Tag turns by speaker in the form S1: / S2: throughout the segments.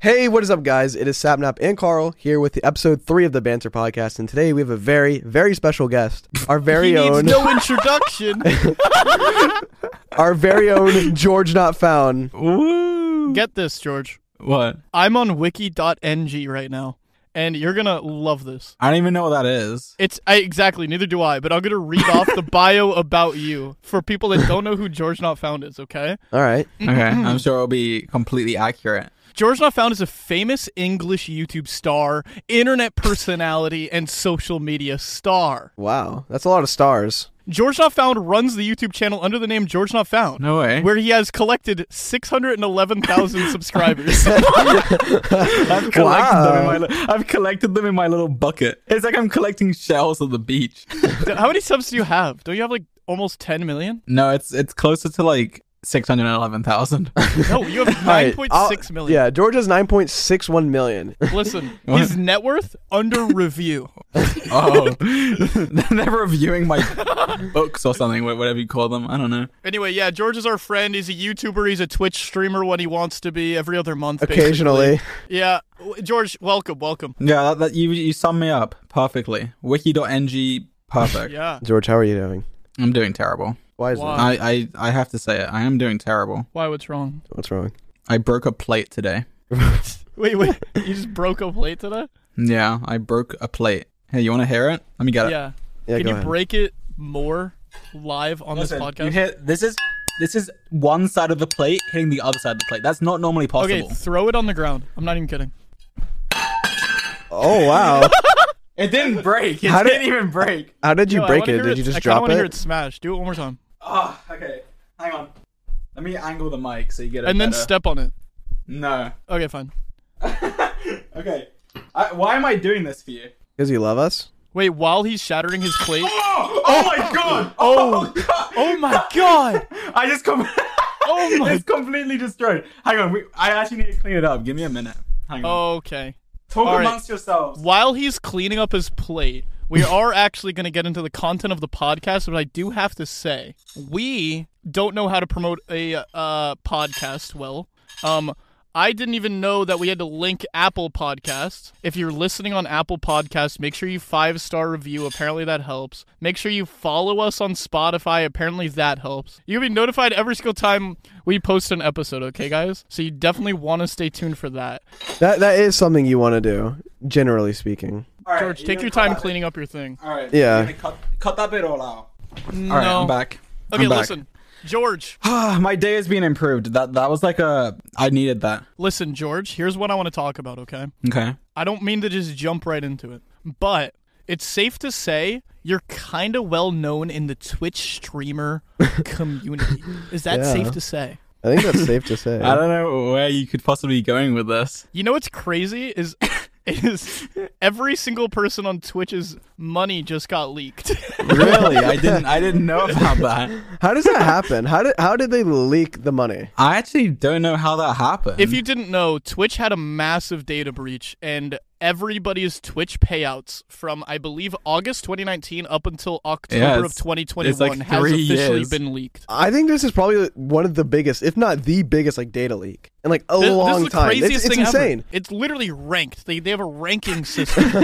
S1: Hey, what is up, guys? It is Sapnap and Carl here with the episode three of the Banter Podcast, and today we have a very, very special guest, our very
S2: he
S1: own,
S2: needs no introduction.
S1: our very own George Not Found.
S3: Ooh.
S2: Get this, George.
S3: what?
S2: I'm on wiki.ng right now, and you're gonna love this.
S3: I don't even know what that is.
S2: It's I, exactly neither do I, but I'm gonna read off the bio about you for people that don't know who George Not Found is. Okay,
S1: All right,
S3: Okay, I'm sure it'll be completely accurate.
S2: George Not Found is a famous English YouTube star, internet personality, and social media star.
S1: wow, that's a lot of stars.
S2: George Not Found runs the YouTube channel under the name George Not Found.
S3: No way.
S2: Where he has collected 611,000 subscribers.
S3: I've collected them in my li- I've collected them in my little bucket. It's like I'm collecting shells at the beach.
S2: How many subs do you have? Don't you have like almost 10 million?
S3: No, it's it's closer to like six hundred eleven thousand.
S2: No, you have
S1: All right,
S2: nine point
S1: I'll-
S2: six million.
S1: Yeah, George has nine point six one million.
S2: Listen,
S3: What?
S2: his net worth under review.
S3: oh, they're reviewing my books or something, wha- whatever you call them. I don't know.
S2: Anyway, yeah, George is our friend. He's a YouTuber. He's a Twitch streamer when he wants to be every other month.
S1: Occasionally,
S2: basically. Yeah, W- George, welcome, welcome.
S3: Yeah, that, that you you sum me up perfectly. Wiki.ng perfect.
S2: Yeah.
S1: George, how are you doing?
S3: I'm doing terrible.
S1: Why is
S2: Why?
S1: that?
S3: I, I I have to say it. I am doing terrible.
S2: Why? What's wrong?
S1: What's wrong?
S3: I broke a plate today.
S2: Wait, wait. You just broke a plate today?
S3: Yeah, I broke a plate. Hey, you want to hear it? Let me get it.
S2: Yeah.
S1: Yeah,
S2: Can
S1: go
S2: you
S1: ahead.
S2: break it more live on
S3: Listen,
S2: this
S3: you
S2: podcast?
S3: hear- this is this is one side of the plate hitting the other side of the plate. That's not normally
S2: okay,
S3: possible.
S2: throw it on the ground. I'm not even kidding.
S1: Oh wow,
S3: It didn't break. It
S1: How did-
S3: didn't even break.
S1: how did you
S2: No, I
S1: break
S2: wanna
S1: it?
S2: hear
S1: Did you just
S2: I kinda
S1: drop
S2: wanna hear it
S1: it?
S2: smash. Do it one more time,
S3: Oh, okay. Hang on. Let me angle the mic so you get it.
S2: and then
S3: better.
S2: step on it.
S3: No.
S2: Okay, fine.
S3: Okay. I, why am I doing this for you?
S1: Because you love us.
S2: Wait, while he's shattering his plate.
S3: Oh, oh my god! Oh, god.
S2: Oh my god!
S3: I just com-
S2: Oh my-
S3: It's completely destroyed. Hang on, we- I actually need to clean it up. Give me a minute. Hang on.
S2: Okay.
S3: Talk
S2: Oh, all right.
S3: amongst yourselves.
S2: While he's cleaning up his plate, we are actually going to get into the content of the podcast, but I do have to say, we don't know how to promote a uh, podcast well. Um, I didn't even know that we had to link Apple Podcasts. If you're listening on Apple Podcasts, make sure you five star review. Apparently that helps. Make sure you follow us on Spotify. Apparently that helps. You'll be notified every single time we post an episode, okay, guys? So you definitely want to stay tuned for that.
S1: That that is something you want to do, generally speaking.
S3: All right,
S2: George,
S3: you're
S2: take
S3: gonna
S2: your
S3: cut
S2: time
S3: that bit.
S2: cleaning up your thing.
S3: All right.
S1: Yeah.
S3: you're gonna Cut, cut that bit all out.
S2: No.
S3: All right, I'm back.
S2: Okay,
S3: I'm back.
S2: listen, George.
S3: My day has been improved. That that was like a. I needed that.
S2: Listen, George. Here's what I want to talk about. Okay,
S3: Okay.
S2: I don't mean to just jump right into it, but it's safe to say you're kind of well known in the Twitch streamer community. Is that
S1: Yeah.
S2: safe to say?
S1: I think that's safe to say.
S3: I don't know where you could possibly be going with this.
S2: You know what's crazy is is every single person on Twitch's money just got leaked.
S3: Really, I didn't. I didn't know about that.
S1: How does that happen? How did how did they leak the money?
S3: I actually don't know how that happened.
S2: If you didn't know, Twitch had a massive data breach, and everybody's Twitch payouts from I believe August 2019 up until October
S3: Yeah, it's-
S2: of 2021
S3: it's like
S2: has
S3: three
S2: officially
S3: years.
S2: been leaked.
S1: I think this is probably one of the biggest, if not the biggest, like data leak in like a
S2: This, this
S1: long
S2: is the
S1: time. It's-
S2: craziest
S1: it's,
S2: thing
S1: insane.
S2: ever. It's literally ranked. They, they have a ranking system of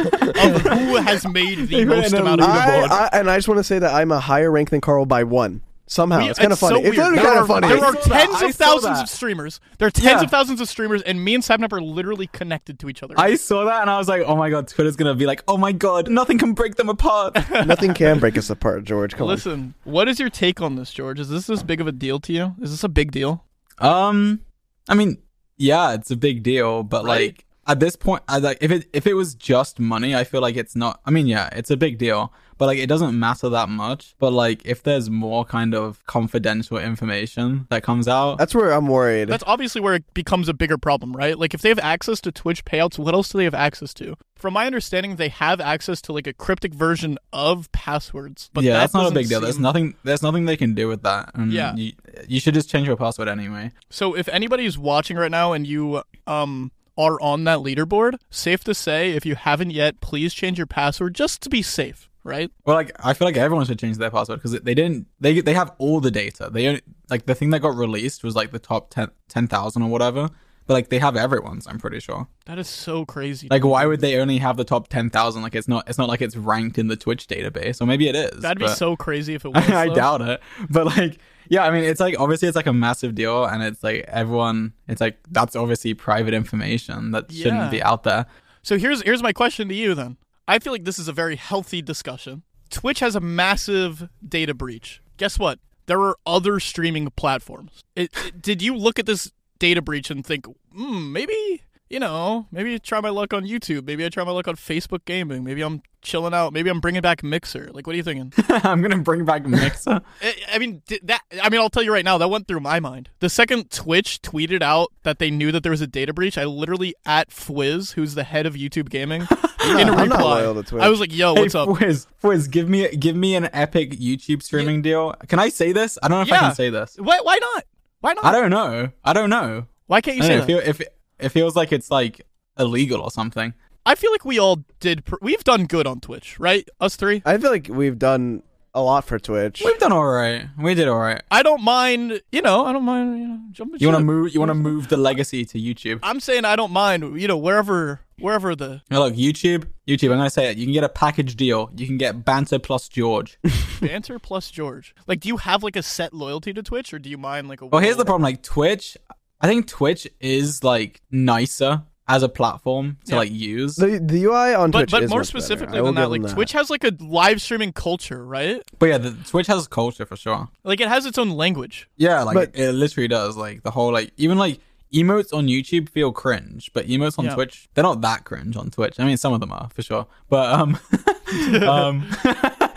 S2: who has made the
S3: They ran
S2: most
S3: a
S2: amount of
S3: leaderboard.
S2: money.
S1: I, I, and I just want to say that I'm a higher rank than Carl by one. Somehow,
S2: We-
S1: it's kind of funny.
S2: so
S1: it's
S2: weird.
S1: literally
S2: There
S1: kind
S2: are-
S1: of funny.
S2: There are
S3: I saw that.
S2: tens
S3: I
S2: of
S3: saw
S2: thousands of
S3: that.
S2: streamers. There are tens
S3: Yeah.
S2: of thousands of streamers, and me and Sapnap are literally connected to each other.
S3: I saw that and I was like, oh my god, Twitter's gonna be like, oh my god, nothing can break them apart.
S1: Nothing can break us apart, George. Come on.
S2: Listen, what is your take on this, George? Is this this big of a deal to you? Is this a big deal?
S3: Um, I mean, yeah, it's a big deal, but
S2: Right.
S3: like at this point, I like if it if it was just money, I feel like it's not. I mean, yeah, it's a big deal, but like it doesn't matter that much. But like if there's more kind of confidential information that comes out,
S1: That's where I'm worried.
S2: That's obviously where it becomes a bigger problem, right? Like if they have access to Twitch payouts, what else do they have access to? From my understanding, they have access to like a cryptic version of passwords. But
S3: yeah,
S2: that
S3: that's not a
S2: doesn't
S3: big deal. There's
S2: seem-
S3: nothing. There's nothing they can do with that. And
S2: Yeah.
S3: you, you should just change your password anyway.
S2: So if anybody's watching right now and you um are on that leaderboard, safe to say if you haven't yet, please change your password just to be safe, right?
S3: Well, like I feel like everyone should change their password because they didn't. They they have all the data. They only, like the thing that got released was like the top 10 10,000 or whatever. but like they have everyone's. I'm pretty sure.
S2: That is so crazy.
S3: Like, why would they only have the top ten thousand? Like, it's not. It's not like it's ranked in the Twitch database, or maybe it is.
S2: That'd be
S3: but-
S2: so crazy if it was.
S3: I
S2: though.
S3: doubt it. But like, yeah, I mean, it's like obviously it's like a massive deal, and it's like everyone. It's like that's obviously private information that
S2: Yeah.
S3: shouldn't be out there.
S2: So here's here's my question to you then. I feel like this is a very healthy discussion. Twitch has a massive data breach. Guess what? There are other streaming platforms. It, it- did you look at this data breach and think, hmm, maybe you know, maybe I try my luck on YouTube. Maybe I try my luck on Facebook gaming. Maybe I'm chilling out. Maybe I'm bringing back Mixer. Like, what are you thinking?
S3: I'm gonna bring back Mixer.
S2: I, I mean, di- that. I mean, I'll tell you right now, that went through my mind. The second Twitch tweeted out that they knew that there was a data breach, I literally at Fwiz, who's the head of YouTube gaming, in a
S1: I'm not
S2: reply,
S1: loyal to Twitch.
S2: I was like, "Yo,
S3: Hey,
S2: what's up?"
S3: Fwiz, Fwiz, give me give me an epic YouTube streaming deal. Can I say this? I don't know if I
S2: Yeah.
S3: can say this.
S2: Why? Why not? Why
S3: I
S2: not?
S3: don't know. I don't know.
S2: Why can't you
S3: I
S2: say
S3: don't know. It,
S2: that?
S3: feel, if it, it feels like it's like illegal or something.
S2: I feel like we all did. Pr- we've done good on Twitch, right? Us three.
S1: I feel like we've done a lot for Twitch.
S3: We've done all right. We did all right.
S2: I don't mind. You know, I don't mind. You know, jumping.
S3: You want to
S2: ship.
S3: move? You want to move the legacy to YouTube?
S2: I'm saying I don't mind. You know, wherever, wherever the
S3: Now look, YouTube, YouTube. I'm gonna say it. You can get a package deal. You can get Banter plus George.
S2: banter plus George. Like, do you have like a set loyalty to Twitch, or do you mind like a?
S3: well, here's the problem. Like Twitch, I think Twitch is like nicer as a platform to
S2: Yeah.
S3: like use.
S1: The, the UI on
S2: but
S1: Twitch
S2: but
S1: is
S2: more
S1: much better.
S2: specifically
S1: I will
S2: than that,
S1: give
S2: like
S1: them
S2: Twitch has like a live streaming culture, right?
S3: But yeah, the, Twitch has culture for sure.
S2: Like it has its own language.
S3: Yeah, like
S1: But-
S3: it, it literally does. Like the whole like even like emotes on YouTube feel cringe, but emotes on
S2: Yeah.
S3: Twitch they're not that cringe on Twitch. I mean, some of them are for sure, but um, um,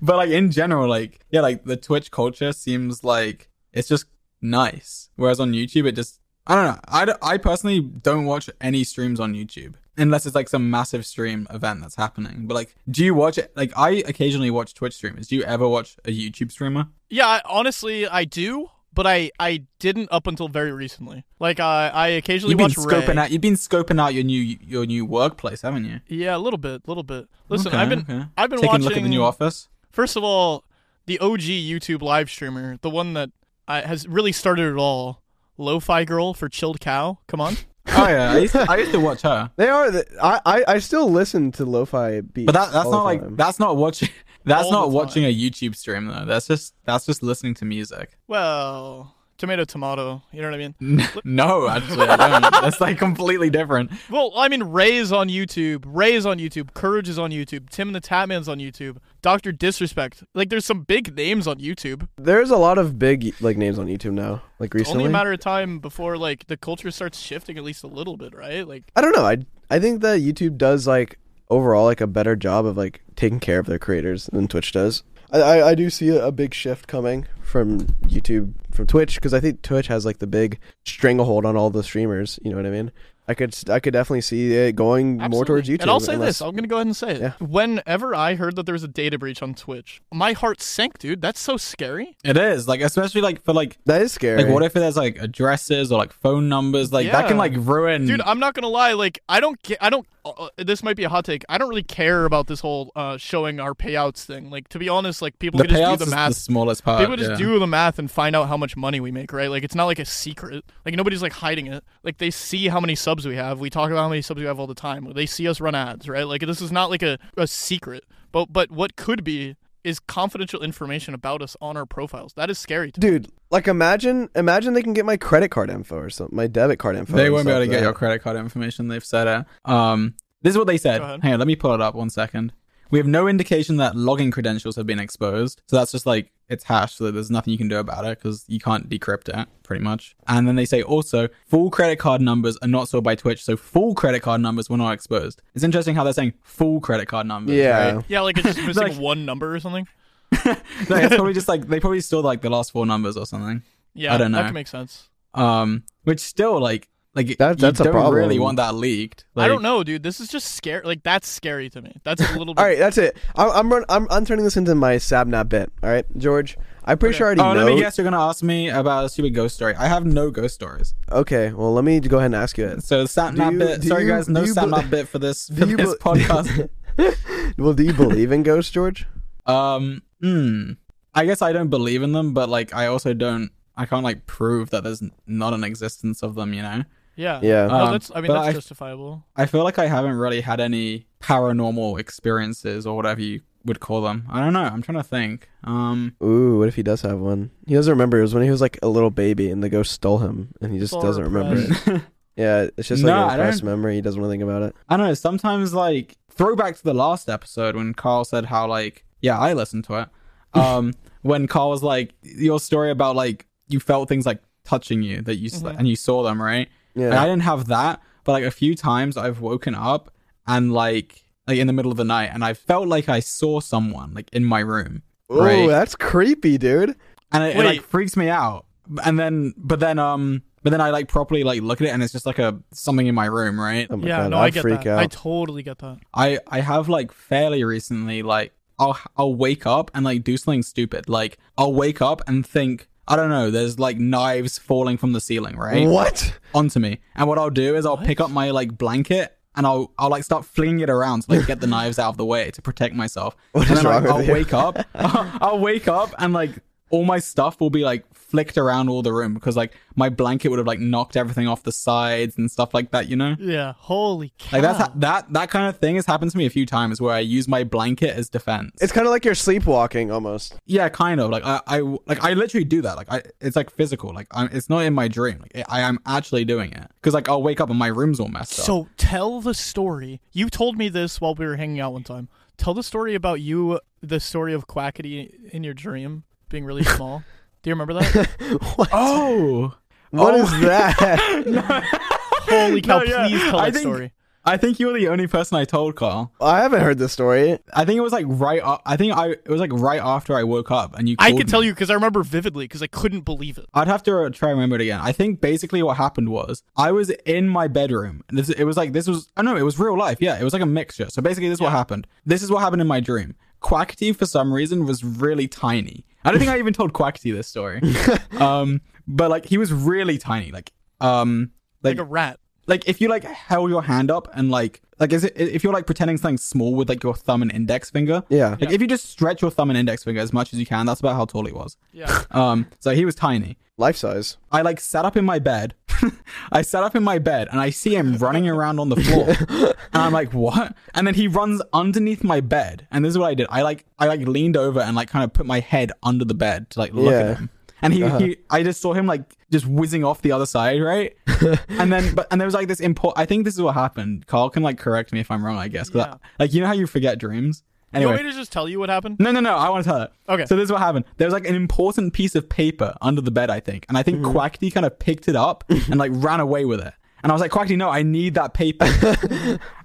S3: but like in general, like yeah, like the Twitch culture seems like it's just nice, whereas on YouTube it just I don't know. I, d- I personally don't watch any streams on YouTube unless it's like some massive stream event that's happening. But like, do you watch it? Like, I occasionally watch Twitch streamers. Do you ever watch a YouTube streamer?
S2: Yeah, I, honestly, I do, but I I didn't up until very recently. Like I I occasionally
S3: You've been
S2: watch Ray.
S3: scoping out. You've been scoping out your new your new workplace, haven't you?
S2: Yeah, a little bit, a little bit. Listen,
S3: Okay,
S2: I've been
S3: okay.
S2: I've been
S3: taking
S2: watching.
S3: a look at the new office.
S2: First of all, the OG YouTube live streamer, the one that I, has really started it all, Lo-Fi Girl for Chilled Cow. Come on.
S3: Oh yeah, I used, to, I used to watch her,
S1: They are. The, I, I I still listen to lo-fi beats.
S3: but that that's
S1: all the
S3: not
S1: time.
S3: like that's not watching. That's
S2: All
S3: not
S2: the
S3: watching a YouTube stream though. That's just that's just listening to music.
S2: Well, tomato, tomato. You know what I mean?
S3: no, actually, I don't. that's like completely different.
S2: Well, I mean, Ray is on YouTube. Ray is on YouTube. Courage is on YouTube. Tim and the Tatman's on YouTube. Doctor Disrespect. Like, there's some big names on YouTube.
S1: There's a lot of big like names on YouTube now. Like
S2: It's
S1: recently,
S2: only a matter of time before like the culture starts shifting at least a little bit, right? Like,
S1: I don't know. I I think that YouTube does like overall like a better job of like taking care of their creators than Twitch does. I I, I do see a, a big shift coming from YouTube from Twitch because I think Twitch has like the big stranglehold on all the streamers. You know what I mean? I could I could definitely see it going more
S2: absolutely.
S1: towards YouTube.
S2: And I'll say
S1: unless-
S2: this: I'm gonna go ahead and say it.
S1: Yeah.
S2: Whenever I heard that there was a data breach on Twitch, my heart sank, dude. That's so scary.
S3: It is like especially like for like
S1: that is scary.
S3: like what if there's like addresses or like phone numbers like that can
S2: Yeah.
S3: like ruin.
S1: Mm.
S2: Dude, I'm not gonna lie. Like, I don't. Ca- I don't. Uh, this might be a hot take. I don't really care about this whole uh, showing our payouts thing. Like, to be honest, like people
S3: the
S2: can just
S3: payouts
S2: do
S3: is
S2: the
S3: the
S2: math.
S3: smallest part.
S2: People just
S3: Uh, yeah.
S2: do the math and find out how much money we make, right? Like it's not like a secret. Like nobody's like hiding it. Like they see how many subs we have. We talk about how many subs we have all the time. They see us run ads, right? Like this is not like a, a secret. But but what could be is confidential information about us on our profiles. That is scary. To me.
S1: dude? Like imagine imagine they can get my credit card info or something, my debit card info.
S3: They
S1: and
S3: won't be
S1: stuff
S3: able to get
S1: like
S3: your
S1: that.
S3: credit card information. They've said it. Um, this is what they said.
S2: Go ahead.
S3: Hang on, let me pull it up one second. We have no indication that login credentials have been exposed. So that's just like it's hashed. So there's nothing you can do about it because you can't decrypt it, pretty much. And then they say also full credit card numbers are not stored by Twitch, so full credit card numbers were not exposed. It's interesting how they're saying full credit card numbers.
S1: Yeah.
S3: right?
S2: Yeah, like it's just missing
S3: Like-
S2: one number or something.
S3: No, it's probably just like they probably store like the last four numbers or something.
S2: Yeah,
S3: I don't
S2: That
S3: know.
S2: can make sense.
S3: Um, which still like like
S1: That- that's a
S3: you don't really
S1: problem.
S3: want that leaked.
S2: I
S3: Like,
S2: don't know, dude. This is just scary. Like that's scary to me. That's a little. bit
S1: All right, that's it. I'm I'm, run, I'm I'm turning this into my Sabna bit. All right, George. I'm pretty sure I already
S3: Oh,
S1: know.
S3: let me guess. You're gonna ask me about a stupid ghost story. I have no ghost stories.
S1: Okay, well, let me go ahead and ask you it.
S3: So satnap
S1: you-
S3: bit.
S1: do
S3: Sorry
S1: you-
S3: guys, no
S1: do you
S3: satnap
S1: bel-
S3: bit for this for
S1: do you
S3: this
S1: bel-
S3: podcast.
S1: Well, do you believe in ghosts, George?
S3: um, hmm. I guess I don't believe in them, but like I also don't. I can't like prove that there's n- not an existence of them. You know.
S2: Yeah.
S1: Yeah.
S2: No,
S3: Um,
S2: that's. I mean,
S3: but
S2: that's
S3: I- Oh
S2: justifiable.
S3: I feel like I haven't really had any paranormal experiences or whatever you would call them. I don't know. I'm trying to think. Um,
S1: Ooh, what if he does have one? He doesn't remember. It was when he was like a little baby, and the ghost stole him, and he just
S2: Far
S1: doesn't remember it.
S2: repressed.
S1: Yeah, it's just
S3: No,
S1: like
S3: I
S1: a repressed
S3: don't-
S1: memory. He doesn't want to think about it.
S3: I don't know. Sometimes, like, throwback to the last episode when Carl said how, like, yeah, I listened to it. Um, when Carl was like, your story about like you felt things like touching you that you s
S2: Mhm.
S3: and you saw them, right?
S1: Mm-hmm. Yeah.
S3: Like, I didn't have that, but like a few times I've woken up and like like in the middle of the night and I felt like I saw someone like in my room,
S1: Ooh,
S3: right?
S1: that's creepy, dude.
S3: and it, it, like
S2: Wait.
S3: freaks me out. And then, but then, um, but then I like properly like look at it and it's just like a something in my room, right?
S1: Oh my
S2: yeah.
S1: god,
S2: no,
S1: I'd
S2: I get
S1: freak
S2: that.
S1: out.
S2: I totally get that.
S3: I I have like fairly recently like I'll I'll wake up and like do something stupid. Like I'll wake up and think I don't know. There's like knives falling from the ceiling, right,
S1: what?
S3: onto me. And what I'll do is I'll pick up my like blanket and I'll I'll like start flinging it around to like get the knives out of the way to protect myself.
S1: What
S3: and
S1: is
S3: then
S1: wrong
S3: like,
S1: with
S3: I'll
S1: you?
S3: wake up. I'll wake up and like all my stuff will be like flicked around all the room because like my blanket would have like knocked everything off the sides and stuff like that. You know.
S2: Yeah. Holy cow.
S3: Like that's ha- that that kind of thing has happened to me a few times where I use my blanket as defense.
S1: It's kind of like you're sleepwalking almost.
S3: yeah, kind of like I, I like I literally do that. Like I, it's like physical. Like I'm, it's not in my dream. Like I, I am actually doing it because like I'll wake up and my room's all messed up.
S2: So tell the story. You told me this while we were hanging out one time. Tell the story about you, the story of Quackity in your dream being really small. Do you remember that?
S3: Oh,
S1: What
S3: Oh
S1: is that?
S2: Holy cow!
S3: No, yeah.
S2: Please tell
S3: I
S2: that
S3: think-
S2: story.
S3: I think you were the only person I told, Carl.
S1: I haven't heard this story.
S3: I think it was like right. a- I think I it was like right after I woke up and you.
S2: I
S3: called
S2: can
S3: me.
S2: tell you because I remember vividly because I couldn't believe it.
S3: I'd have to uh, try and remember it again. I think basically what happened was I was in my bedroom. And This, it was like this was I don't know it was real life. Yeah, it was like a mixture. So basically, this is what happened. This is what happened in my dream. Quackity for some reason was really tiny. I don't think I even told Quackity this story. um, but like he was really tiny. Like um,
S2: Like
S3: like
S2: a rat.
S3: like if you like held your hand up and like like is it if you're like pretending something small with like your thumb and index finger.
S1: Yeah.
S3: Like if you just stretch your thumb and index finger as much as you can, that's about how tall he was.
S2: Yeah.
S3: Um, so he was tiny.
S1: Life size.
S3: I like sat up in my bed. I sat up in my bed and I see him running around on the floor. and I'm like, what? And then he runs underneath my bed. And this is what I did. I like I like leaned over and like kind of put my head under the bed to like look
S1: Yeah.
S3: at him. And he, he I just saw him like just whizzing off the other side, right? and then but and there was like this import I think this is what happened. Carl can like correct me if I'm wrong, I guess. 'cause I-
S2: Yeah.
S3: like you know how you forget dreams?
S2: You
S3: Anyway.
S2: want me to just tell you what happened?
S3: No, no, no. I want to tell it.
S2: Okay.
S3: So this is what happened. There was like an important piece of paper under the bed, I think, and I think
S2: Mm-hmm.
S3: Quackity kind of picked it up and like ran away with it. And I was like, Quackity, no, I need that paper.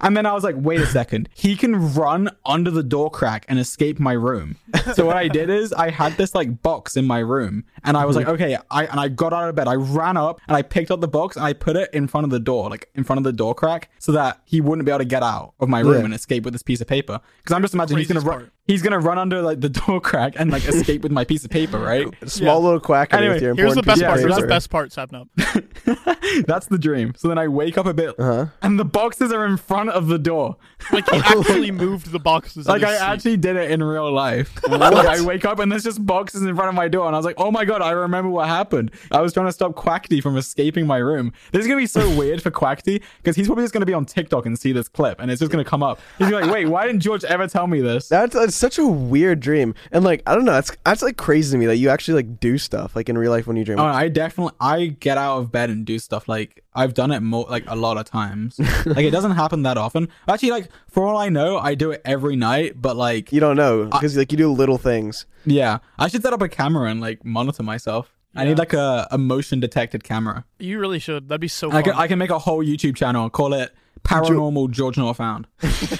S3: and then I was like, wait a second. He can run under the door crack and escape my room. So what I did is I had this like box in my room, and I was
S2: Mm-hmm.
S3: like, okay. I and I got out of bed. I ran up and I picked up the box and I put it in front of the door, like in front of the door crack, so that he wouldn't be able to get out of my room
S1: Yeah.
S3: and escape with this piece of paper. Because I'm just imagining he's gonna
S2: craziest
S3: run
S2: part.
S3: he's gonna run under like the door crack and like escape with my piece of paper, right?
S1: Small little quack
S3: Anyway,
S1: with your
S2: Here's the
S1: important
S2: best
S1: piece of
S2: part. Here's the
S1: paper.
S2: best part, Sapnap.
S3: That's the dream. So then I wake up a bit, and the boxes are in front of the door.
S2: Like he actually moved the boxes. in
S3: Like I
S2: his sleep.
S3: actually did it in real life. Like, I wake up and there's just boxes in front of my door, and I was like, "Oh my god, I remember what happened. I was trying to stop Quackity from escaping my room." This is gonna be so weird for Quackity because he's probably just gonna be on TikTok and see this clip, and it's just gonna come up. He's gonna be like, "Wait, why didn't George ever tell me this?"
S1: That's, that's such a weird dream, and like I don't know, that's that's like crazy to me that you actually like do stuff like in real life when you dream.
S3: Oh, I definitely I get out of bed and do stuff like I've done it more like a lot of times. like it doesn't happen that often. Actually, like for all I know, I do it every night. But like,
S1: you don't know because like you do little things.
S3: yeah, I should set up a camera and like monitor myself. I need like a, a motion detected camera.
S2: You really should. That'd be so.
S3: And I
S2: Fun.
S3: can I can make a whole YouTube channel and call it Paranormal George Not Found.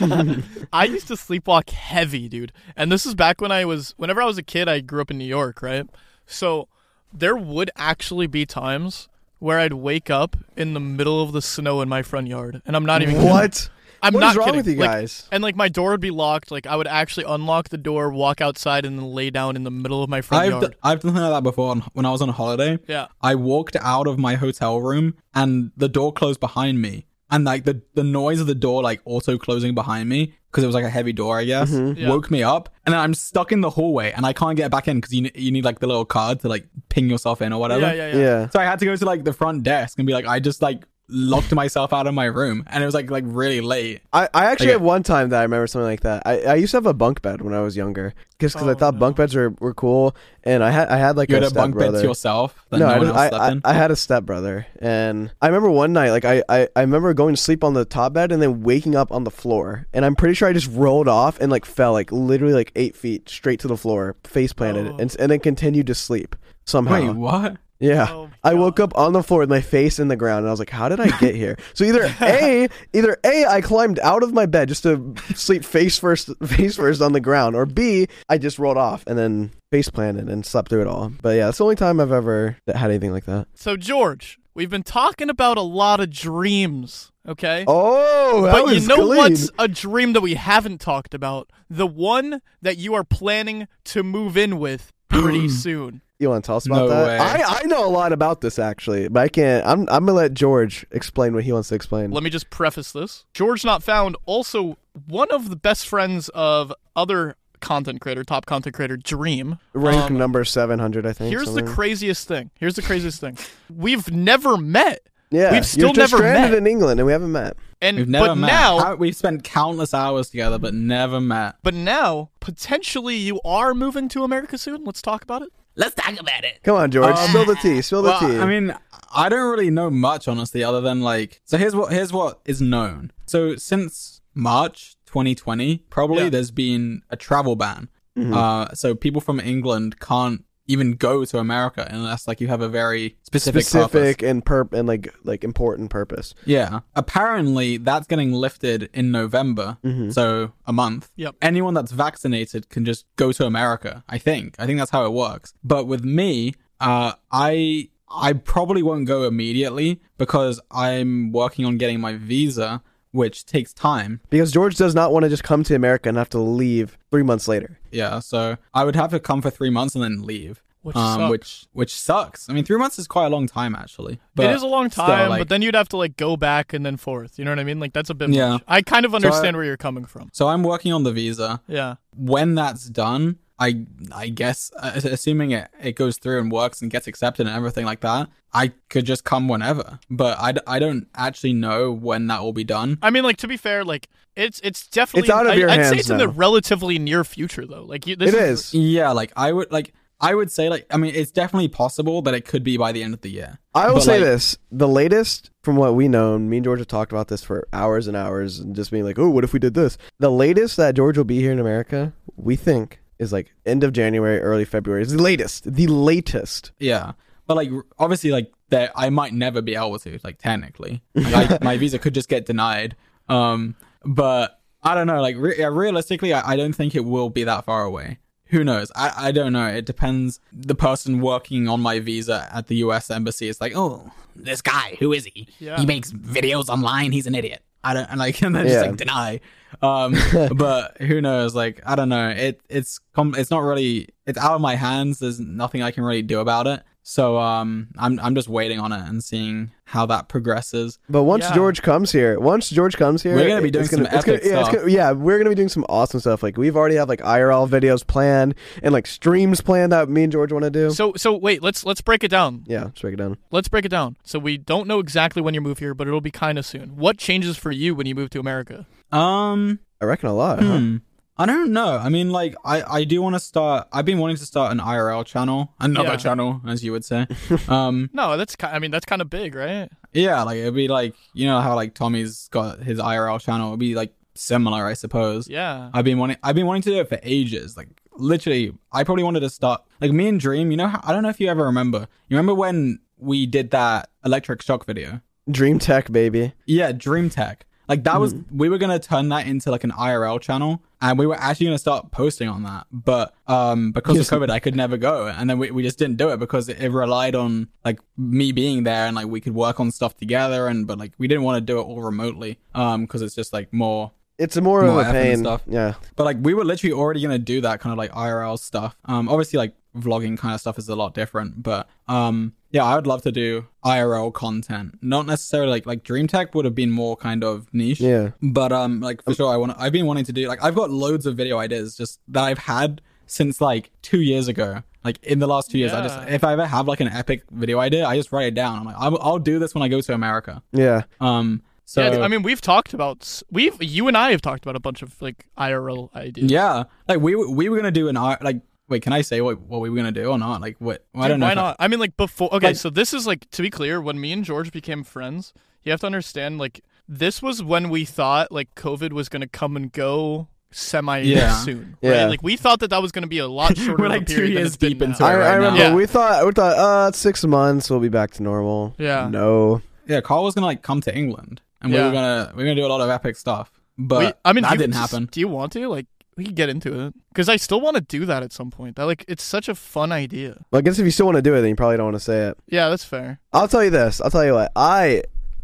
S2: I used to sleepwalk heavy, dude. And this is back when I was, whenever I was a kid, I grew up in New York, right? So there would actually be times where I'd wake up in the middle of the snow in my front yard, and I'm not even. kidding.
S1: What?
S2: I'm
S1: What is
S2: not
S1: wrong
S2: kidding.
S1: with you
S2: Like,
S1: guys?
S2: and like my door would be locked. Like I would actually unlock the door, walk outside, and then lay down in the middle of my front
S3: I've
S2: yard.
S3: d- I've done something like that before on, when I was on holiday.
S2: Yeah.
S3: I walked out of my hotel room and the door closed behind me. And like the, the noise of the door like auto closing behind me because it was like a heavy door I guess
S1: Mm-hmm.
S2: Yeah.
S3: woke me up and then I'm stuck in the hallway and I can't get back in because you ne- you need like the little card to like ping yourself in or whatever.
S2: yeah, yeah, yeah,
S1: Yeah.
S3: So I had to go to like the front desk and be like I just like locked myself out of my room, and it was like like really late.
S1: I, I actually
S3: Okay.
S1: have one time that I remember something like that. I, I used to have a bunk bed when I was younger, just because I
S2: Oh,
S1: thought
S2: no.
S1: bunk beds were, were cool, and I had I had like
S3: You
S1: a,
S3: had a bunk bed
S1: stepbrother.
S3: to yourself that
S1: no,
S3: no,
S1: I,
S3: one
S1: just-
S3: else
S1: I,
S3: slept
S1: I-
S3: in.
S1: I had a stepbrother, and I remember one night, like I, I, I remember going to sleep on the top bed and then waking up on the floor, and I'm pretty sure I just rolled off and like fell like literally like eight feet straight to the floor, face planted,
S2: Oh.
S1: and and then continued to sleep somehow.
S3: Wait, what?
S1: yeah.
S2: Oh,
S1: I woke up on the floor with my face in the ground, and I was like, "How did I get here?" So either a, either a, I climbed out of my bed just to sleep face first, face first on the ground, or b, I just rolled off and then face planted and slept through it all. But yeah, that's the only time I've ever that had anything like that.
S2: So George, we've been talking about a lot of dreams, okay?
S1: Oh, that
S2: but
S1: was
S2: you know
S1: clean.
S2: what's a dream that we haven't talked about? The one that you are planning to move in with pretty soon.
S1: You want to tell us about
S3: No
S1: that?
S3: way.
S1: I I know a lot about this actually, but I can't. I'm I'm gonna let George explain what he wants to explain.
S2: Let me just preface this. George Not Found, also one of the best friends of other content creator, top content creator, Dream.
S1: Rank number seven hundred, I think.
S2: Um, Here's
S1: something.
S2: the craziest thing. Here's the craziest thing. We've never met.
S1: yeah.
S2: we've still
S1: you're just
S2: never
S1: stranded
S2: met.
S1: in England, and we haven't met.
S2: And
S3: We've never
S2: but
S3: met.
S2: now
S3: How- we've spent countless hours together, but never met.
S2: but now potentially you are moving to America soon. Let's talk about it.
S4: Let's talk about it.
S1: Come on, George. spill the tea. Spill the tea.
S3: I mean, I don't really know much, honestly, other than like. So here's what here's what is known. So since March 2020, probably
S2: Yeah.
S3: there's been a travel ban. Uh, so people from England can't even go to America unless like you have a very specific, purpose.
S1: specific and perp and like like important purpose.
S3: Yeah. Apparently, that's getting lifted in November, so a month.
S2: Yep.
S3: Anyone that's vaccinated can just go to America. I think. I think that's how it works. But with me, uh, I I probably won't go immediately because I'm working on getting my visa, which takes time.
S1: Because George does not want to just come to America and have to leave three months later.
S3: Yeah. So I would have to come for three months and then leave. Um,
S2: Which sucks.
S3: which which sucks. I mean, three months is quite a long time, actually. But
S2: it is a long
S3: still,
S2: time,
S3: like-
S2: but then you'd have to like go back and then forth. You know what I mean? Like that's a bit
S3: Yeah.
S2: much. I kind of
S3: I-
S2: understand where you're coming from.
S3: so I'm working on the visa.
S2: Yeah.
S3: when that's done, I I guess uh, assuming it, it goes through and works and gets accepted and everything like that, I could just come whenever. But I, d- I don't actually know when that will be done.
S2: I mean, like to be fair, like it's it's definitely
S1: out of
S2: I,
S1: your
S2: I'd say
S1: hands
S2: it's in the
S1: now.
S2: relatively near future though. Like you, this
S1: It is.
S3: Yeah, like I would like I would say like I mean it's definitely possible that it could be by the end of the year.
S1: I will
S3: But,
S1: say
S3: like-
S1: this: the latest, from what we know, and me and George have talked about this for hours and hours, and just being like, "Oh, what if we did this?" The latest that George will be here in America, we think, is like end of January, early February. Is the latest. The latest.
S3: Yeah. But like obviously like that I might never be able to like technically. Like I, my visa could just get denied. Um but I don't know like re- yeah, realistically I, I don't think it will be that far away. Who knows? I, I don't know. It depends. The person working on my visa at the U.S. embassy is like, oh,
S4: This guy, who is he?
S2: Yeah.
S4: He makes videos online. He's an idiot.
S3: I don't and like and then just
S1: Yeah.
S3: like deny. Um, but who knows? Like I don't know. It it's com- it's not really it's out of my hands. There's nothing I can really do about it. So um, I'm I'm just waiting on it and seeing how that progresses.
S1: But once
S2: Yeah.
S1: George comes here, once George comes here,
S3: We're gonna be doing
S1: it's gonna-
S3: some
S1: it's gonna-
S3: epic
S1: yeah, it's
S3: stuff.
S1: gonna- yeah, we're gonna be doing some awesome stuff. Like we've already have like IRL videos planned and like streams planned that me and George want to do.
S2: So so wait, let's let's break it down.
S1: yeah, let's break it down.
S2: Let's break it down. So we don't know exactly when you move here, but it'll be kind of soon. What changes for you when you move to America?
S3: Um,
S1: I reckon a lot. Huh?
S3: hmm. I don't know. I mean, like I I do want to start. I've been wanting to start an IRL channel, another
S2: Yeah.
S3: channel, as you would say. um,
S2: No, that's ki- I mean that's kind of big, right?
S3: Yeah, like it'd be like you know how like Tommy's got his IRL channel. It'd be like similar, I suppose.
S2: Yeah.
S3: I've been wanting I've been wanting to do it for ages. Like literally, I probably wanted to start like me and Dream. You know, how, I don't know if you ever remember. You remember when we did that electric shock video?
S1: Dream Tech, baby.
S3: Yeah, Dream Tech. Like that was we were gonna turn that into like an IRL channel, and we were actually gonna start posting on that. But um, because
S1: Yes.
S3: of COVID, I could never go, and then we, we just didn't do it because it, it relied on like me being there and like we could work on stuff together, and but like we didn't want to do it all remotely, um, because it's just like more
S1: It's more,
S3: More
S1: of a
S3: effort and
S1: pain.
S3: stuff.
S1: Yeah,
S3: but like we were literally already gonna do that kind of like IRL stuff. Um, obviously like vlogging kind of stuff is a lot different, but um, yeah, I would love to do IRL content. Not necessarily like like Dream Tech would have been more kind of niche.
S1: Yeah.
S3: But um, like for sure, I want. to I've been wanting to do like I've got loads of video ideas just that I've had since like two years ago. Like in the last two years, I just
S2: Yeah.
S3: if I ever have like an epic video idea, I just write it down. I'm like, I'll, I'll do this when I go to America.
S1: Yeah.
S3: Um, so
S2: yeah, I mean, we've talked about s- we've you and I have talked about a bunch of like IRL ideas.
S3: yeah, like we were- we were gonna do an art. Like, wait, can I say what what we were gonna do or not? Like, what I don't know.
S2: Why
S3: if I-
S2: not? I mean, like before. Okay,
S3: Like-
S2: so this is like to be clear, when me and George became friends, you have to understand like this was when we thought like COVID was gonna come and go semi
S3: Yeah.
S2: soon.
S1: Yeah.
S2: Right? Like we thought that that was gonna be a lot shorter.
S3: We're
S2: of a
S3: like two
S2: period than
S3: years
S2: it's been
S3: deep
S2: now.
S3: into
S1: I,
S3: it. right
S1: I remember
S2: now.
S1: we thought we thought uh it's six months we'll be back to normal.
S2: Yeah.
S1: No.
S3: Yeah, Carl was gonna like come to England, and we
S2: Yeah.
S3: were gonna we were gonna do a lot of epic stuff. But
S2: We, I mean, do
S3: that
S2: you
S3: didn't
S2: just-
S3: happen.
S2: Do you want to like? We could get into it because I still want to do that at some point. That like it's such a fun idea.
S1: Well, I guess if you still want to do it, then you probably don't want to say it.
S2: Yeah, that's fair.
S1: I'll tell you this. I'll tell you what. I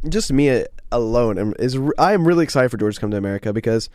S1: just me alone am, is I am really excited for George to come to America because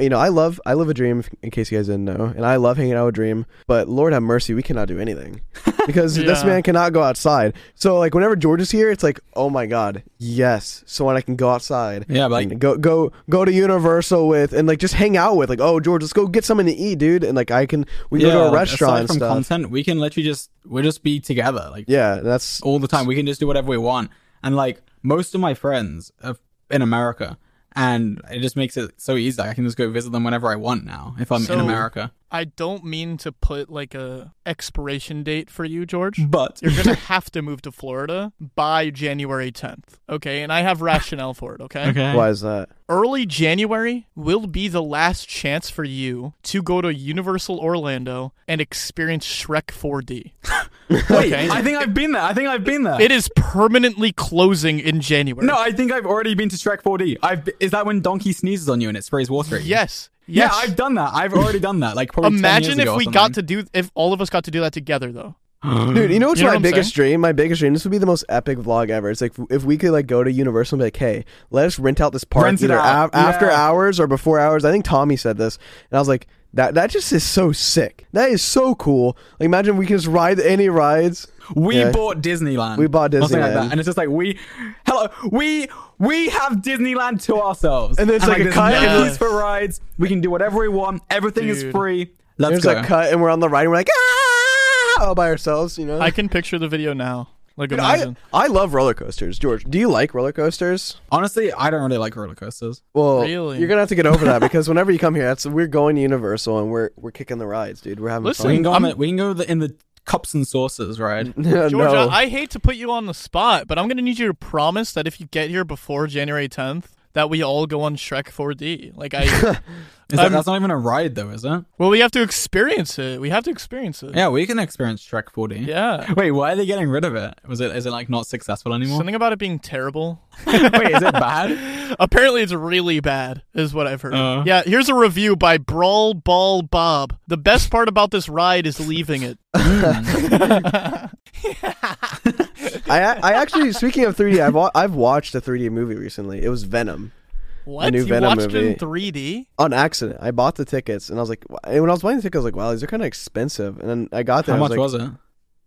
S1: you know I love I love a dream. if- In case you guys didn't know, and I love hanging out with Dream. But Lord have mercy, we cannot do anything because this
S2: Yeah.
S1: man cannot go outside. So like whenever George is here, it's like oh my god, yes, someone I can go outside.
S3: Yeah, but, like-
S1: and go go go to Universal with and like just hang out with like oh George, let's go get something to eat, dude. And like I can we go
S3: yeah,
S1: to a
S3: like,
S1: restaurant
S3: aside
S1: and
S3: from
S1: stuff.
S3: content, we can literally just we'll just be together like
S1: yeah, that's
S3: all the time. We can just do whatever we want, and like most of my friends are in America, and it just makes it so easy. Like, I can just go visit them whenever I want now if I'm in
S2: So-
S3: America.
S2: I don't mean to put like a expiration date for you, George.
S3: But
S2: You're gonna have to move to Florida by January 10th, okay? And I have rationale for it, okay?
S3: okay,
S1: why is that?
S2: Early January will be the last chance for you to go to Universal Orlando and experience Shrek 4D.
S3: wait,
S2: okay.
S3: I think I've been there. I think I've been there.
S2: It is permanently closing in January.
S3: no, I think I've already been to Shrek 4D. I've is that when Donkey sneezes on you and it sprays water? at you?
S2: Yes.
S3: Yeah,
S2: Yes.
S3: I've done that. I've already done that. Like, probably 10 years
S2: Imagine
S3: ago
S2: if
S3: or
S2: we
S3: something.
S2: got to do if all of us got to do that together though.
S1: Dude, you know what's
S2: You
S1: my
S2: know what I'm
S1: biggest dream? My biggest dream. This would be the most epic vlog ever. It's like if we could like go to Universal and be like, hey, let us rent out this park
S3: Rent it
S1: either
S3: out.
S1: af- after
S3: Yeah.
S1: hours or before hours. I think Tommy said this, and I was like, that that just is so sick. That is so cool. Like imagine we can just ride any rides.
S3: We
S1: Yeah.
S3: bought Disneyland.
S1: We bought
S3: Or something Like
S1: Disneyland.
S3: that. And it's just like we hello, we we have Disneyland to ourselves.
S1: And then it's like a
S3: there's
S1: kayak
S3: no
S2: and
S3: fees for rides. We can do whatever we want. Everything is
S2: Dude.
S3: free. Let's
S1: There's
S3: go.
S1: a cut, and we're on the ride, and we're like, ah, all by ourselves. You know.
S2: I can picture the video now. Like
S1: Dude, I,
S2: imagine.
S1: I love roller coasters. George, do you like roller coasters?
S3: Honestly, I don't really like roller coasters.
S1: Well,
S2: Really?
S1: you're gonna have to get over that because whenever you come here, that's we're going to Universal and we're we're kicking the rides, dude. We're having
S2: Listen,
S1: fun.
S3: We can go on
S2: I'm-
S3: the, we can go the, in the cups and saucers ride.
S1: Yeah,
S2: Georgia,
S1: no.
S2: I hate to put you on the spot, but I'm gonna need you to promise that if you get here before January 10th, that we all go on Shrek 4D. Like I,
S3: Is that,
S2: I'm-
S3: that's not even a ride though, is it?
S2: well, we have to experience it. We have to experience it.
S3: Yeah, we can experience Shrek 4D.
S2: Yeah.
S3: Wait, why are they getting rid of it? Was it is it like not successful anymore?
S2: Something about it being terrible.
S3: Wait, is it bad?
S2: Apparently, it's really bad, is what I've heard.
S3: Uh.
S2: yeah, here's a review by Brawl Ball Bob. The best part about this ride is leaving it.
S1: I, I actually speaking of 3D, I've wa- I've watched a 3D movie recently. It was Venom
S2: What?
S1: new
S2: you
S1: Venom
S2: watched it
S1: movie.
S2: in 3D?
S1: on accident. I bought the tickets and I was like, wh- and when I was buying the tickets, I was like, wow, these are kind of expensive. And then I got there,
S3: How
S1: and I
S3: much
S1: was like,
S3: was it?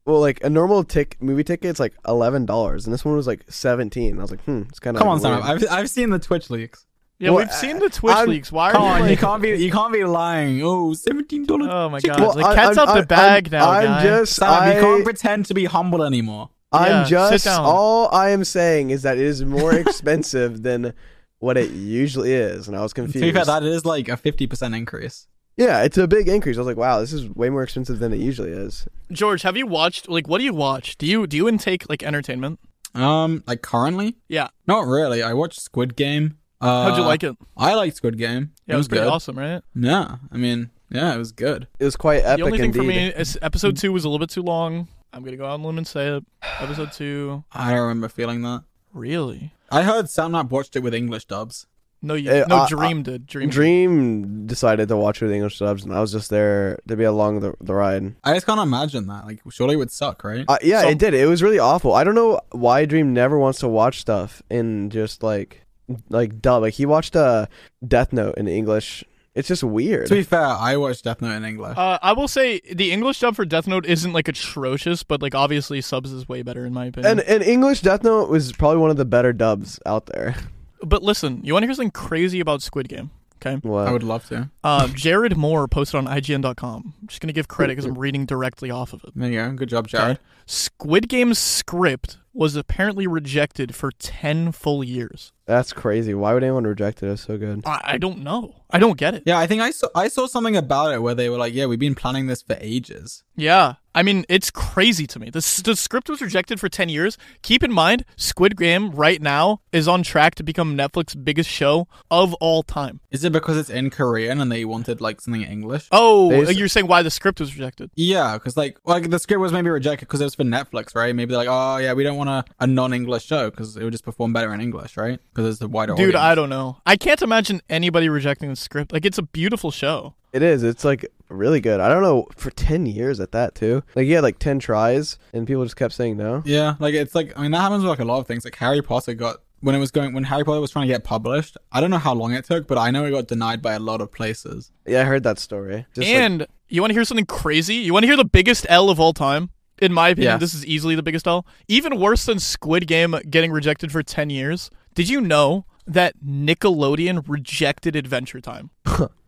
S1: well, like a normal tick movie ticket's like eleven dollars, and this one was like seventeen. I was like, hmm, it's kind of
S3: Come on, Sam. I've I've seen the Twitch leaks.
S2: Yeah,
S1: Well,
S2: we've seen the Twitch
S1: I'm-
S2: leaks. Why are
S3: Come
S2: you?
S3: on,
S2: like-
S3: you can't be you can't be lying. Oh, seventeen dollars.
S2: Oh my god! the cat's out the bag now,
S1: I'm
S2: guy.
S1: just,
S3: Sam, you
S1: I,
S3: can't pretend to be humble anymore.
S1: I'm
S2: Yeah, sit
S1: just.
S2: down.
S1: All I am saying is that it is more expensive than what it usually is, and I was
S3: To
S1: confused.
S3: be fair, that is like a fifty percent increase.
S1: yeah, it's a big increase. I was like, wow, this is way more expensive than it usually is.
S2: George, have you watched like what do you watch? Do you do you intake like entertainment?
S3: Um, like currently,
S2: Yeah.
S3: not really. I watched Squid Game. Uh,
S2: How'd you like it?
S3: I liked Squid Game.
S2: Yeah,
S3: it was
S2: pretty
S3: good.
S2: awesome, right?
S3: Yeah, I mean, yeah, it was good.
S1: It was quite epic
S2: the only thing
S1: indeed.
S2: for me is episode two was a little bit too long. I'm gonna go out on a limb and say it. Episode two,
S3: I don't remember feeling that.
S2: really?
S3: I heard Samnap watched it with English dubs.
S2: No, you
S1: Uh,
S2: no
S1: uh,
S2: dream did dream.
S1: Dream decided to watch with English subs, and I was just there to be along the, the ride.
S3: I just can't imagine that. Like, surely it would suck, right?
S1: Uh, yeah,
S2: So-
S1: it did. It was really awful. I don't know why Dream never wants to watch stuff in just like like dub. Like he watched uh, Death Note in English. It's just weird.
S3: to be fair, I watched Death Note in English.
S2: Uh, I will say the English dub for Death Note isn't like atrocious, but like obviously subs is way better in my opinion.
S1: and and English Death Note was probably one of the better dubs out there.
S2: but listen, you want to hear something crazy about Squid Game? Okay.
S1: Wow.
S3: I would love to.
S2: Uh, Jared Moore posted on IGN.com. I'm just going to give credit because I'm reading directly off of it.
S3: There you go. Good job, Jared.
S2: Squid Game's script was apparently rejected for 10 full years.
S1: That's crazy. Why would anyone reject it? It's so good.
S2: I, I don't know. I don't get it.
S3: Yeah, I think I saw I saw something about it where they were like, "Yeah, we've been planning this for ages."
S2: Yeah. I mean, it's crazy to me. The, s- the script was rejected for 10 years. Keep in mind, Squid Game right now is on track to become Netflix's biggest show of all time.
S3: Is it because it's in Korean and they wanted like something in English?
S2: Oh,
S1: They s-
S2: you're saying why the script was rejected?
S3: Yeah, because like like the script was maybe rejected because it was for Netflix, right? Maybe they're like, oh yeah, we don't want a, a non-English show because it would just perform better in English, right? Because it's a wider
S2: Dude,
S3: audience.
S2: I don't know. I can't imagine anybody rejecting the script. Like, it's a beautiful show.
S1: It is. It's like really good. I don't know for ten years at that too. Like he had like ten tries and people just kept saying no.
S3: Yeah, like it's like I mean that happens with like a lot of things. Like Harry Potter got when it was going when Harry Potter was trying to get published. I don't know how long it took, but I know it got denied by a lot of places.
S1: Yeah, I heard that story. Just like,
S2: and you want to hear something crazy? You want to hear the biggest L of all time? In my opinion,
S3: Yeah.
S2: this is easily the biggest L. Even worse than Squid Game getting rejected for 10 years. Did you know that Nickelodeon rejected Adventure Time?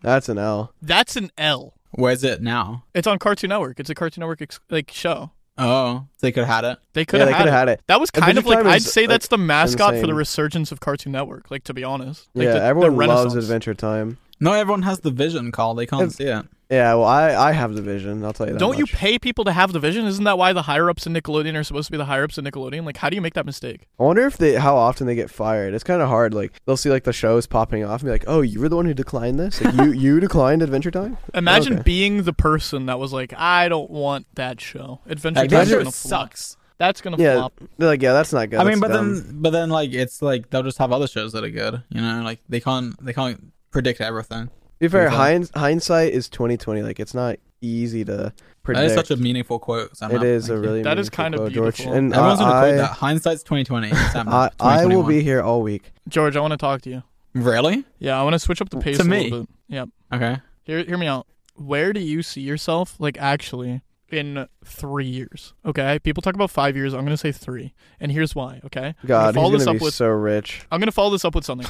S1: that's an L.
S2: That's an L.
S3: Where's it now?
S2: It's on Cartoon Network. It's a Cartoon Network ex- like show.
S3: Oh, they could have had it.
S2: They could
S1: yeah,
S2: have
S1: they
S2: had,
S1: could
S2: it.
S1: have had it.
S2: That was kind
S1: Adventure
S2: of like
S1: Time
S2: I'd
S1: is,
S2: say
S1: like,
S2: that's the mascot for the
S1: insane.
S2: resurgence of Cartoon Network. Like to be honest, like
S1: yeah,
S2: the, the
S1: everyone loves
S2: renaissance.
S1: Adventure Time.
S3: Not everyone has the vision, Carl. They can't
S1: Ev-
S3: see it.
S1: Yeah, well, I I have the vision. I'll tell you that.
S2: Don't you
S1: much.
S2: pay people to have the vision? Isn't that why the higher ups in Nickelodeon are supposed to be the higher ups in Nickelodeon? Like, how do you make that mistake?
S1: I wonder if they how often they get fired. It's kind of hard. Like they'll see like the shows popping off and be like, "Oh, you were the one who declined this. Like, you you declined Adventure Time."
S2: Imagine
S1: Okay.
S2: being the person that was like, I don't want that show. Adventure
S3: Like,
S2: Time's
S1: Adventure
S2: gonna flop. That's gonna
S1: Yeah,
S2: flop.
S1: they're like, "Yeah, that's not good."
S3: I mean,
S1: that's
S3: but
S1: dumb."
S3: then but then like it's like they'll just have other shows that are good. You know, like they can't they can't predict everything.
S1: To be fair,
S3: Exactly.
S1: hind- hindsight is twenty twenty. Like it's not easy to predict.
S3: That is such a meaningful quote. Sam.
S1: It is
S3: Thank
S1: a
S3: you.
S1: really
S2: That is
S1: meaningful
S2: kind of
S1: quote, George.
S2: beautiful.
S1: And
S3: Everyone's gonna quote
S1: I,
S3: that. Hindsight's twenty twenty.
S1: I, I will be here all week.
S2: George, I want to talk to you.
S3: really
S2: Yeah, I want to switch up the pace
S3: To
S2: a
S3: me?
S2: little bit. Yeah.
S3: okay.
S2: Hear, hear me out. Where do you see yourself, like, actually, in three years? Okay. People talk about five years. I'm gonna say three. And here's why. Okay. I'm gonna
S1: God,
S2: follow
S1: he's
S2: this
S1: gonna
S2: up
S1: be
S2: with.
S1: so rich.
S2: I'm gonna follow this up with something.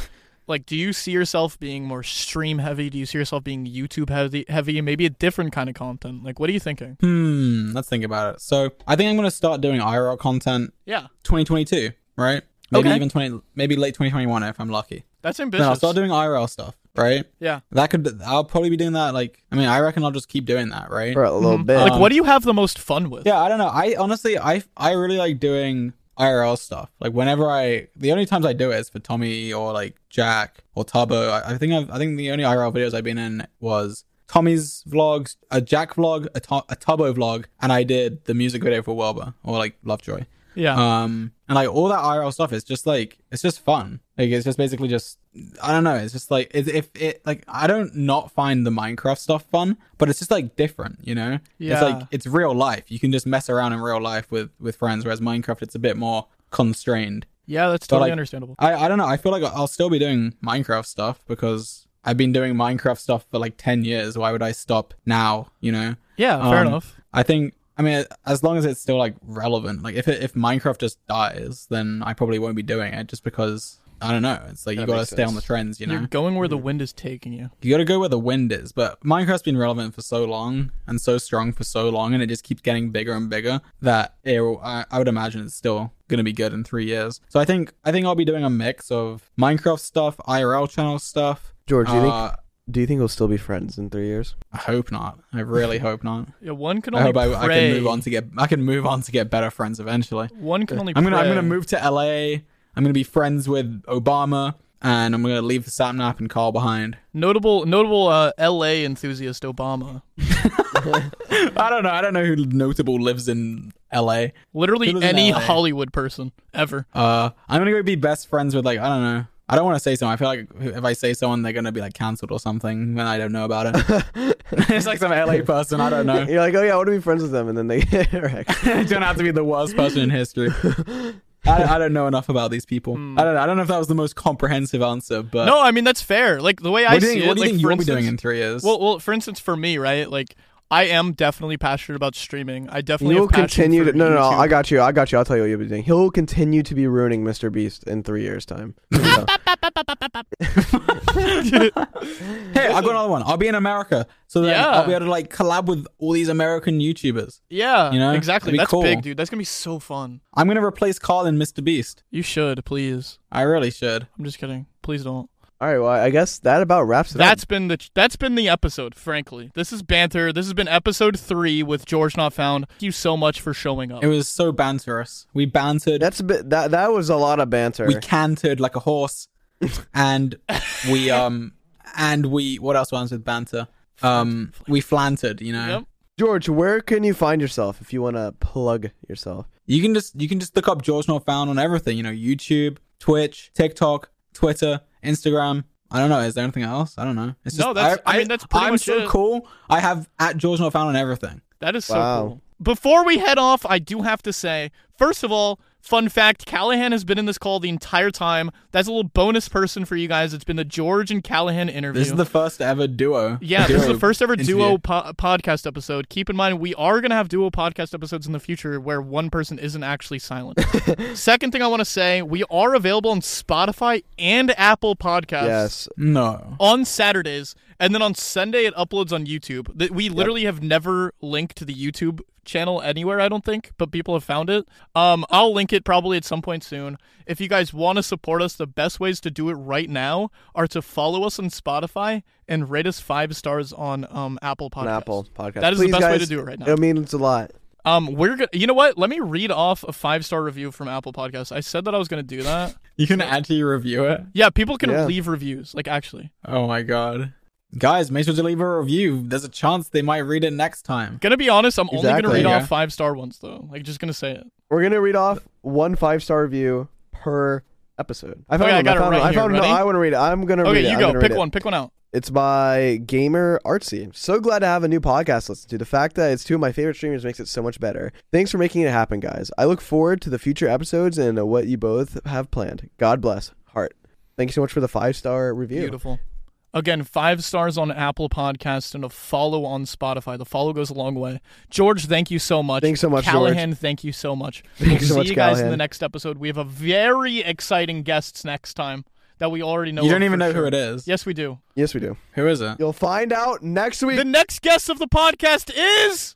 S2: Like, do you see yourself being more stream heavy? Do you see yourself being YouTube heavy? Heavy, maybe a different kind of content. Like, what are you thinking?
S3: Hmm. Let's think about it. So I think I'm gonna start doing IRL content
S2: Yeah,
S3: 2022, right? Maybe
S2: Okay.
S3: even 20, maybe late 2021 if I'm lucky.
S2: that's
S3: Then I'll
S2: ambitious.
S3: start doing IRL stuff, right?
S2: yeah,
S3: That could I'll probably be doing that. Like I mean, I reckon I'll just keep doing that, right?
S1: For a little
S2: Mhm.
S1: bit.
S2: Like, what do you have the most fun with?
S3: Yeah, I don't know. I honestly, I I really like doing IRL stuff. Like whenever I, the only times I do it is for Tommy or like Jack or Tubbo. I, I think I've, I think the only IRL videos I've been in was Tommy's vlogs, a Jack vlog, a, Tu- a Tubbo vlog, and I did the music video for Wilbur or like Lovejoy.
S2: yeah.
S3: Um, and like all that IRL stuff is just like it's just fun. Like it's just basically just I don't know. It's just like it, if it like I don't not find the Minecraft stuff fun, but it's just like different. You know,
S2: Yeah.
S3: it's like it's real life. You can just mess around in real life with with friends, whereas Minecraft it's a bit more constrained.
S2: yeah, that's totally
S3: like-
S2: understandable.
S3: I I don't know. I feel like I'll still be doing Minecraft stuff because I've been doing Minecraft stuff for like ten years. Why would I stop now? You know.
S2: Yeah, fair
S3: Um,
S2: enough.
S3: I think I mean as long as it's still like relevant. Like if it, if Minecraft just dies, then I probably won't be doing it just because I don't know. It's like you
S1: That
S3: gotta
S1: makes
S3: stay
S1: sense.
S3: on the trends, you know.
S2: You're going where the wind is taking you.
S3: you gotta go where the wind is. But Minecraft's been relevant for so long and so strong for so long, and it just keeps getting bigger and bigger that it, will- I, I would imagine it's still gonna be good in three years. So I think I think I'll be doing a mix of Minecraft stuff, IRL channel stuff.
S1: George, do you think
S3: Uh,
S1: do you think we'll still be friends in three years?
S3: I hope not. I really hope not.
S2: Yeah, one can
S3: I
S2: only
S3: hope I, I
S2: pray-
S3: can move on to get I can move on to get better friends eventually.
S2: One can only.
S3: I'm gonna I'm
S2: pray.
S3: gonna move to LA. I'm gonna be friends with Obama, and I'm gonna leave the Sapnap and Carl behind.
S2: Notable, notable uh, L.A. enthusiast Obama.
S3: I don't know. I don't know who notable lives in LA.
S2: Literally
S3: Who lives in
S2: any
S3: LA?
S2: Hollywood person ever.
S3: Uh, I'm gonna go be best friends with like I don't know. I don't want to say someone. I feel like if I say someone, they're gonna be like canceled or something, and I don't know about it. it's like some LA person. I don't know.
S1: You're like, oh yeah, I want to be friends with them, and then they get wrecked.
S3: you don't have to be the worst person in history. I, I don't know enough about these people. I don't. Know, I don't know if that was the most comprehensive answer, but
S2: Hmm. No, I mean that's fair. Like the way I
S3: What do you
S2: see
S3: think?
S2: it.
S3: What do you
S2: like, for
S3: think you'll be
S2: instance,
S3: doing in three years?
S2: Well, well, for instance, for me, right? Like, I am definitely passionate about streaming. I definitely
S1: You'll
S2: have passion
S1: continue
S2: for
S1: to no, no no
S2: YouTube.
S1: I got you I got you I'll tell you what you'll be doing. He'll continue to be ruining Mr. Beast in three years time. So-
S3: Hey, I got another one. I'll be in America, so then
S2: Yeah.
S3: I'll be able to like collab with all these American YouTubers.
S2: yeah,
S3: You know,
S2: exactly.
S3: that'd be
S2: That's
S3: cool.
S2: big, dude. That's gonna be so fun.
S3: I'm gonna replace Carl in Mr. Beast.
S2: You should, please.
S3: I really should.
S2: I'm just kidding. Please don't.
S1: All right, well I guess that about wraps it
S2: That's been the that's been the episode. Frankly, this is banter. This has been episode three with George Not Found. Thank you so much for showing up.
S3: It was so banterous. We bantered.
S1: up. That's a bit that that was a lot of banter.
S3: we cantered like a horse, and we um and we what else rhymes with banter? Um, we flantered. You know.
S2: Yep.
S1: George, where can you find yourself if you want to plug yourself?
S3: You can just you can just look up George Not Found on everything. You know, YouTube, Twitch, TikTok, Twitter, Instagram. I don't know. Is there anything else? I don't know. It's
S2: No, that's- I mean, that's pretty
S3: I'm
S2: much
S3: so
S2: it.
S3: cool. I have at George Not Found on everything.
S2: That is so
S1: Wow.
S2: cool. Before we head off, I do have to say, first of all, fun fact Callahan has been in this call the entire time. That's a little bonus person for you guys. It's been the George and Callahan interview.
S3: This is the first ever duo.
S2: yeah, this is
S3: duo
S2: the first ever
S3: interview.
S2: duo po- podcast episode. Keep in mind, we are going to have duo podcast episodes in the future where one person isn't actually silent. Second thing I want to say, we are available on Spotify and Apple Podcasts
S1: Yes.
S3: No.
S2: on Saturdays, and then on Sunday it uploads on YouTube. That we literally have never linked to the YouTube channel anywhere, I don't think, but people have found it. Um, I'll link it probably at some point soon. If you guys want to support us, the best ways to do it right now are to follow us on Spotify and rate us five stars on um Apple Podcasts.
S1: on Apple Podcast.
S2: That is the
S1: Please,
S2: best way
S1: guys,
S2: to do it right now.
S1: It means a lot.
S2: Um, we're gonna. You know what? Let me read off a five star review from Apple Podcasts. I said that I was gonna do that.
S3: You can actually review it.
S2: Yeah, people can
S1: Yeah.
S2: leave reviews. Like actually,
S3: Oh my god. Guys, make sure to leave a review. There's a chance they might read it next time.
S2: gonna be honest, I'm only gonna
S1: Exactly.
S2: read
S3: Yeah.
S2: off five star ones though. Like just gonna say it.
S1: We're gonna read off one five star review per episode. I found
S2: Okay, I
S1: one.
S2: got it
S1: found
S2: right
S1: one.
S2: here.
S1: I found one.
S2: Ready?
S1: No, I want to read it. I'm gonna read
S2: Okay,
S1: it.
S2: you
S1: I'm
S2: go.
S1: gonna read
S2: Pick
S1: it.
S2: one. Pick one out.
S1: It's by Gamer Artsy. So glad to have a new podcast to listen to. The fact that it's two of my favorite streamers makes it so much better. Thanks for making it happen, guys. I look forward to the future episodes and uh, what you both have planned. God bless. Heart. Thank you so much for the five star review.
S2: Beautiful. Again, five stars on Apple Podcast and a follow on Spotify. The follow goes a long way. George, thank you so much.
S1: Thanks so much,
S2: Callahan. Thank you so much.
S1: Thanks so
S2: see
S1: much,
S2: you guys in the
S1: Callahan.
S2: next episode. We have a very exciting guests next time that we already know.
S3: You
S2: of
S3: don't even
S2: for
S3: know
S2: sure.
S3: who it is.
S2: Yes, we do.
S1: Yes, we do.
S3: Who is it?
S1: You'll find out next week.
S2: The next guest of the podcast is.